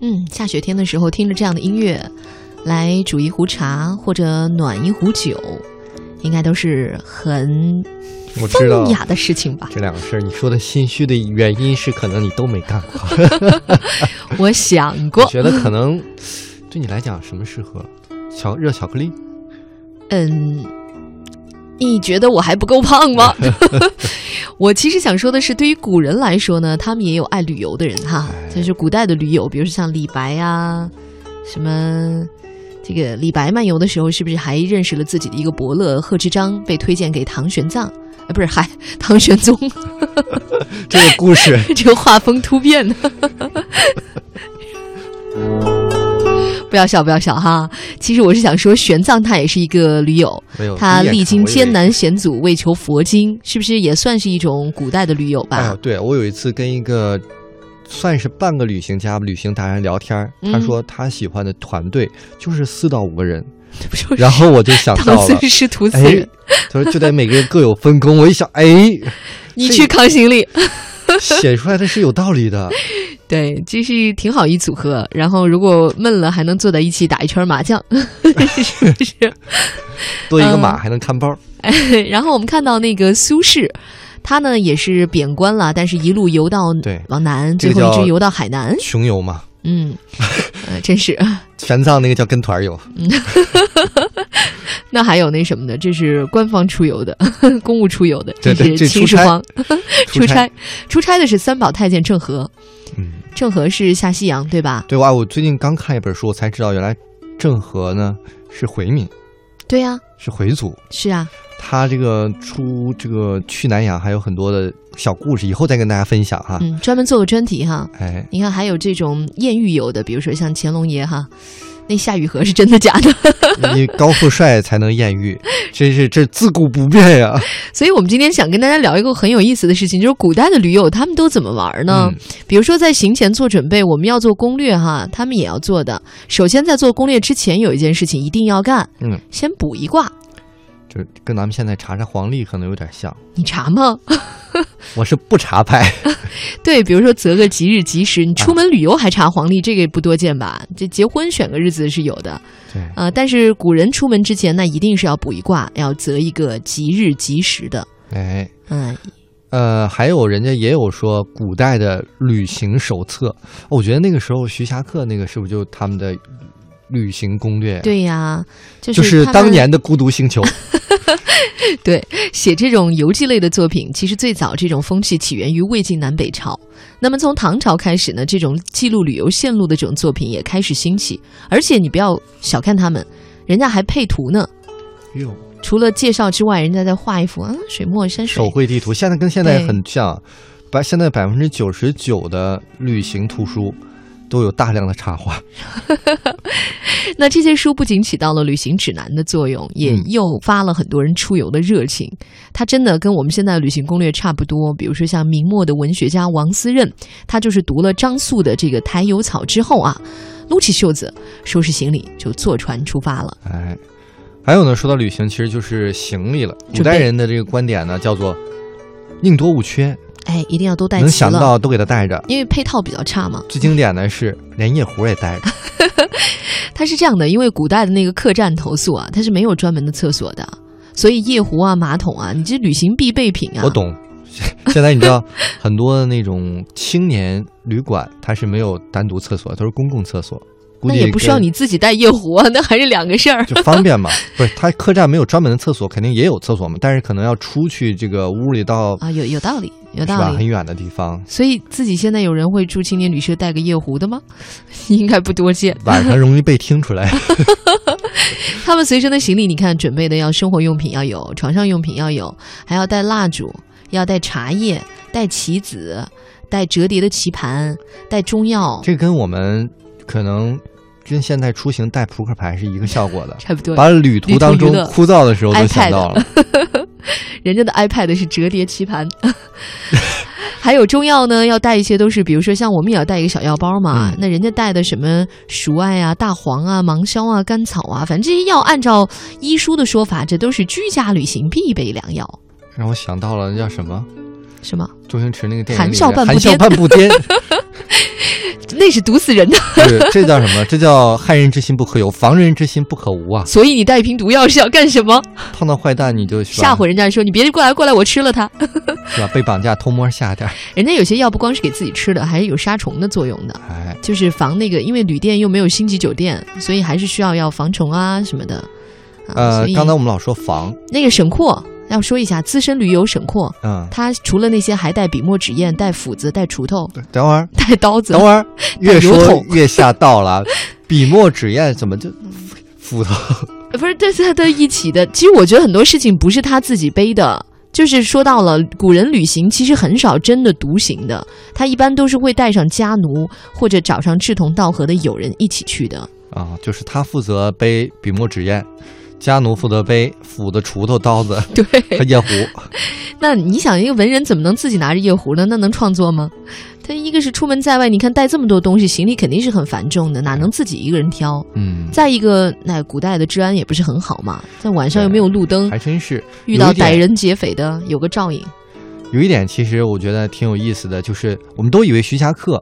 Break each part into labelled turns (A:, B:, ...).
A: 嗯，下雪天的时候，听着这样的音乐，来煮一壶茶或者暖一壶酒，应该都是很
B: 我知道
A: 风雅的事情吧？
B: 这两个事儿，你说的心虚的原因是可能你都没干过，
A: 我想
B: 我
A: 过，
B: 觉得可能对你来讲什么适合？巧热巧克力，
A: 嗯，你觉得我还不够胖吗？我其实想说的是，对于古人来说呢，他们也有爱旅游的人哈，就是古代的驴友，比如像李白啊，什么。这个李白漫游的时候，是不是还认识了自己的一个伯乐贺知章，被推荐给唐玄奘？呃，不是，还唐玄宗。
B: 这个故事
A: 这个画风突变呢。 不要笑，不要笑哈！其实我是想说，玄奘他也是一个驴友，
B: 没有。
A: 他
B: 呃第一眼
A: 历
B: 看
A: 经
B: 我以为
A: 艰难险阻，为求佛经，是不是也算是一种古代的驴友
B: 哎
A: 吧
B: 呦，？对我有一次跟一个算是半个旅行家、旅行达人聊天儿，他
A: 嗯
B: 说他喜欢的团队就是四到五个人，
A: 这不 就是
B: 然后我就想
A: 唐
B: 到了
A: 僧， 师徒四
B: 哎
A: 人，，
B: 他说就得每个人各有分工。我一想，哎，
A: 你
B: 这
A: 去扛行李，
B: 写出来的是有道理的，
A: 对，这是挺好一组合。然后如果闷了，还能坐在一起打一圈麻将， 是不是？
B: 多一个
A: 嗯
B: 马还能看包。
A: 然后我们看到那个苏轼，他呢也是贬官了，但是一路游到
B: 对
A: 往南，
B: 这
A: 最
B: 个
A: 后一
B: 叫
A: 直游到海南。
B: 穷游嘛，
A: 嗯，呃，真是。
B: 玄奘那个叫跟团 游，
A: 那还有那什么的，这是官方出游的， 公务出游的，
B: 对对
A: 是
B: 这
A: 秦
B: 出
A: 始
B: 差
A: 皇
B: 出差
A: 差。出差的是三宝太监郑和，
B: 嗯，
A: 郑和是下西洋，对吧？
B: 对哇，我最近刚看一本书，我才知道原来郑和呢是回民，
A: 对呀、
B: 是回族。
A: 是啊，
B: 他这个出这个去南洋还有很多的小故事，以后再跟大家分享哈。
A: 嗯，专门做个专题哈。
B: 哎，
A: 你看，还有这种艳遇游的，比如说像乾隆爷哈，那夏雨荷是真的假的？
B: 你哎高富帅才能艳 遇，真是这自古不变啊呀。
A: 所以我们今天想跟大家聊一个很有意思的事情，就是古代的驴友他们都怎么玩呢？
B: 嗯
A: 比如说在行前做准备，我们要做攻略哈，他们也要做的。首先在做攻略之前，有一件事情一定要干，
B: 嗯，
A: 先卜一卦。
B: 就跟咱们现在查查黄历可能有点像，
A: 你查吗？
B: 我是不查派，
A: 对，比如说择个吉日吉时，你出门旅游还查黄历，这个也不多见吧？这结婚选个日子是有的，
B: 对，
A: 呃，但是古人出门之前，那一定是要卜一卦，要择一个吉日吉时的。
B: 哎。
A: 嗯，
B: 呃，还有人家也有说古代的旅行手册，我觉得那个时候徐霞客那个是不是就他们的旅行攻略？，
A: 对呀，就
B: 就是
A: 他们
B: 当年的《孤 独星球》
A: 写这种游记类的作品，其实最早这种风气起源于魏晋南北朝。那么从唐朝开始呢，这种记录旅游线路的这种作品也开始兴起。而且你不要小看他们，人家还配图呢。哎
B: 哟，
A: 除了介绍之外，人家再画一幅啊，水墨山水
B: 手。绘地图，现在跟现在
A: 对
B: 很像，百现在百分之九十九的旅行图书都有大量的插画。
A: 那这些书不仅起到了旅行指南的作用，也
B: 嗯
A: 诱发了很多人出游的热情。它真的跟我们现在的旅行攻略差不多。比如说像明末的文学家王思任，他就是读了张素的这个《台油草》之后啊，撸起袖子收拾行李就坐船出发了。
B: 哎，还有呢，说到旅行，其实就是行李了。古
A: 准备
B: 代人的这个观点呢，叫做宁多勿缺，
A: 哎，一定要都带
B: 能
A: 齐
B: 想
A: 了，
B: 到都给他带着。
A: 因为配套比较差嘛。
B: 最经典的是连夜壶也带着，
A: 它是这样的，因为古代的那个客栈投诉啊，它是没有专门的厕所的。所以夜壶啊、马桶啊，你这旅行必备品啊。
B: 我懂。 现在你知道很多的那种青年旅馆，它是没有单独厕所，都是公共厕所。估
A: 那
B: 计
A: 也不需要
B: 跟
A: 你自己带夜壶啊，那还是两个事儿。
B: 就方便嘛。不是，他客栈没有专门的厕所，肯定也有厕所嘛，但是可能要出去这个屋里到
A: 啊，有有道理，有
B: 是
A: 道
B: 吧
A: 理
B: 很。远的地方，
A: 所以自己现在有人会住青年旅社带个夜壶的吗？ 应该不多见。
B: 晚上容易被听 出来。
A: 他们随身的行李，你看准备的要生活用品要有，床上用品要有，还要带蜡烛，要带茶叶，带棋子，带折叠的棋盘，带中药，，
B: 这跟我们可能跟现在出行带扑克牌是一个效果的
A: 差不多。
B: 把旅途当中
A: 旅途娱乐
B: 枯燥的时候都
A: iPad
B: 想到了。
A: 人家的 iPad 是折叠棋 盘。还有中药呢，要带一些都是，比如说像我们也要带一个小药包嘛。
B: 嗯
A: 那人家带的什么熟艾啊、大黄啊、芒硝啊、甘草啊，反正这些药按照医书的说法，这都是居家旅行必备良药。
B: 让我想到了那叫什么？
A: 是吗？
B: 周星驰那个电影里
A: 含笑
B: 面
A: 半步
B: 含笑
A: 癫
B: 半步癫，
A: 那是毒死人的，
B: 对，这叫什么？这叫害人之心不可有，防人之心不可 无啊！
A: 所以你带一瓶毒药是要干什么？
B: 碰到坏蛋你就去
A: 吓唬人家说你别过来，过来我吃了 它。
B: 是吧？被绑架偷摸吓点儿，
A: 人家有些药不光是给自己吃的，还是有杀虫的作用的，
B: 哎，
A: 就是防那个，因为旅店又没有星级酒店，所以还是需要要防虫啊什么的。啊、
B: 呃
A: 所以，
B: 刚才我们老说防，
A: 那个沈括要说一下，资深驴友沈括，
B: 嗯，
A: 他除了那些还带笔墨纸砚、带斧子、带锄头、
B: 等会儿，
A: 带刀子
B: 等，会儿，越
A: 油
B: 说
A: 桶
B: 越吓到了，笔墨纸砚怎么就 斧头？
A: 不是这是他一起的。其实我觉得很多事情不是他自己背的。就是说到了古人旅行，其实很少真的独行的，他一般都是会带上家奴或者找上志同道合的友人一起去的。
B: 啊，就是他负责背笔墨纸砚，家奴负责背斧子、锄头、刀子
A: 对，
B: 和夜壶。
A: 那你想，一个文人怎么能自己拿着夜壶呢？那能创作吗？他一个是出门在外，你看带这么多东西，行李肯定是很繁重的，哪能自己一个人挑？
B: 嗯，
A: 再一个，那古代的治安也不是很好嘛，在晚上又没有路灯，
B: 还真是
A: 遇到
B: 有一点
A: 歹人劫匪的有个照应。
B: 有一点，其实我觉得挺有意思的，就是我们都以为徐霞客，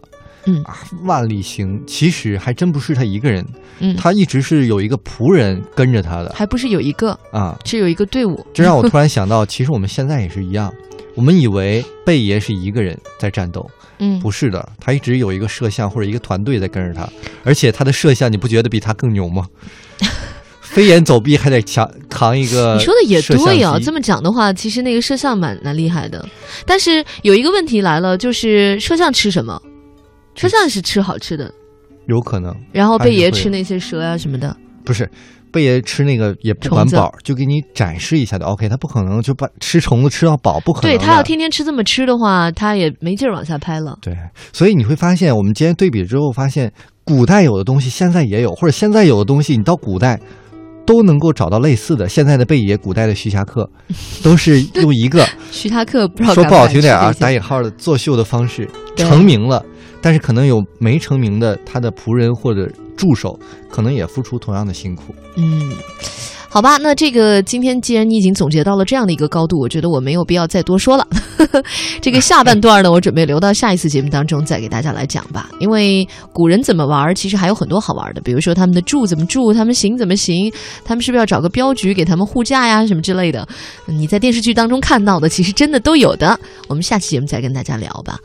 A: 嗯
B: 啊，万里行，其实还真不是他一个人，
A: 嗯，
B: 他一直是有一个仆人跟着他的
A: 还不是有一个，
B: 啊。
A: 是有一个队伍。
B: 这让我突然想到，其实我们现在也是一样，我们以为贝爷是一个人在战斗，
A: 嗯，
B: 不是的，他一直有一个摄像或者一个团队在跟着他，而且他的摄像你不觉得比他更 牛吗？飞檐走壁还得强扛一个，
A: 你说的也对啊，这
B: 么
A: 么讲的话，其实那个摄像蛮蛮厉害的。但是有一个问题来了，就是摄像吃什么？摄像是吃好吃的，
B: 有可能
A: 然后
B: 还是
A: 贝爷
B: 会
A: 吃那些蛇啊什么的。
B: 不是。贝爷吃那个也不管
A: 虫子
B: 饱，就给你展示一下的。OK，他不可能就把吃虫子吃到饱，不可能
A: 对
B: 的。
A: 他要天天吃这么吃的话，他也没劲儿往下拍了。
B: 对，所以你会发现，我们今天对比之后，发现古代有的东西现在也有，或者现在有的东西你到古代都能够找到类似的。现在的贝爷，古代的徐霞 客，都是用一个
A: 徐他克不知道
B: 说
A: 敢
B: 不好听点
A: 敢
B: 啊，
A: 吃这
B: 打
A: 些
B: 引号的作秀的方式
A: 对
B: 成名了，但是可能有没成名的他的仆人或者助手，可能也付出同样的辛苦。
A: 嗯，好吧，那这个今天既然你已经总结到了这样的一个高度，我觉得我没有必要再多说了。 这个下半段呢，我准备留到下一次节目当中再给大家来讲吧。因为古人怎么玩儿，其实还有很多好玩儿的，比如说他们的住怎么住，他们行怎么行，他们是不是要找个镖局给他们护驾呀什么之类的。嗯你在电视剧当中看到的，其实真的都有的。我们下期节目再跟大家聊吧。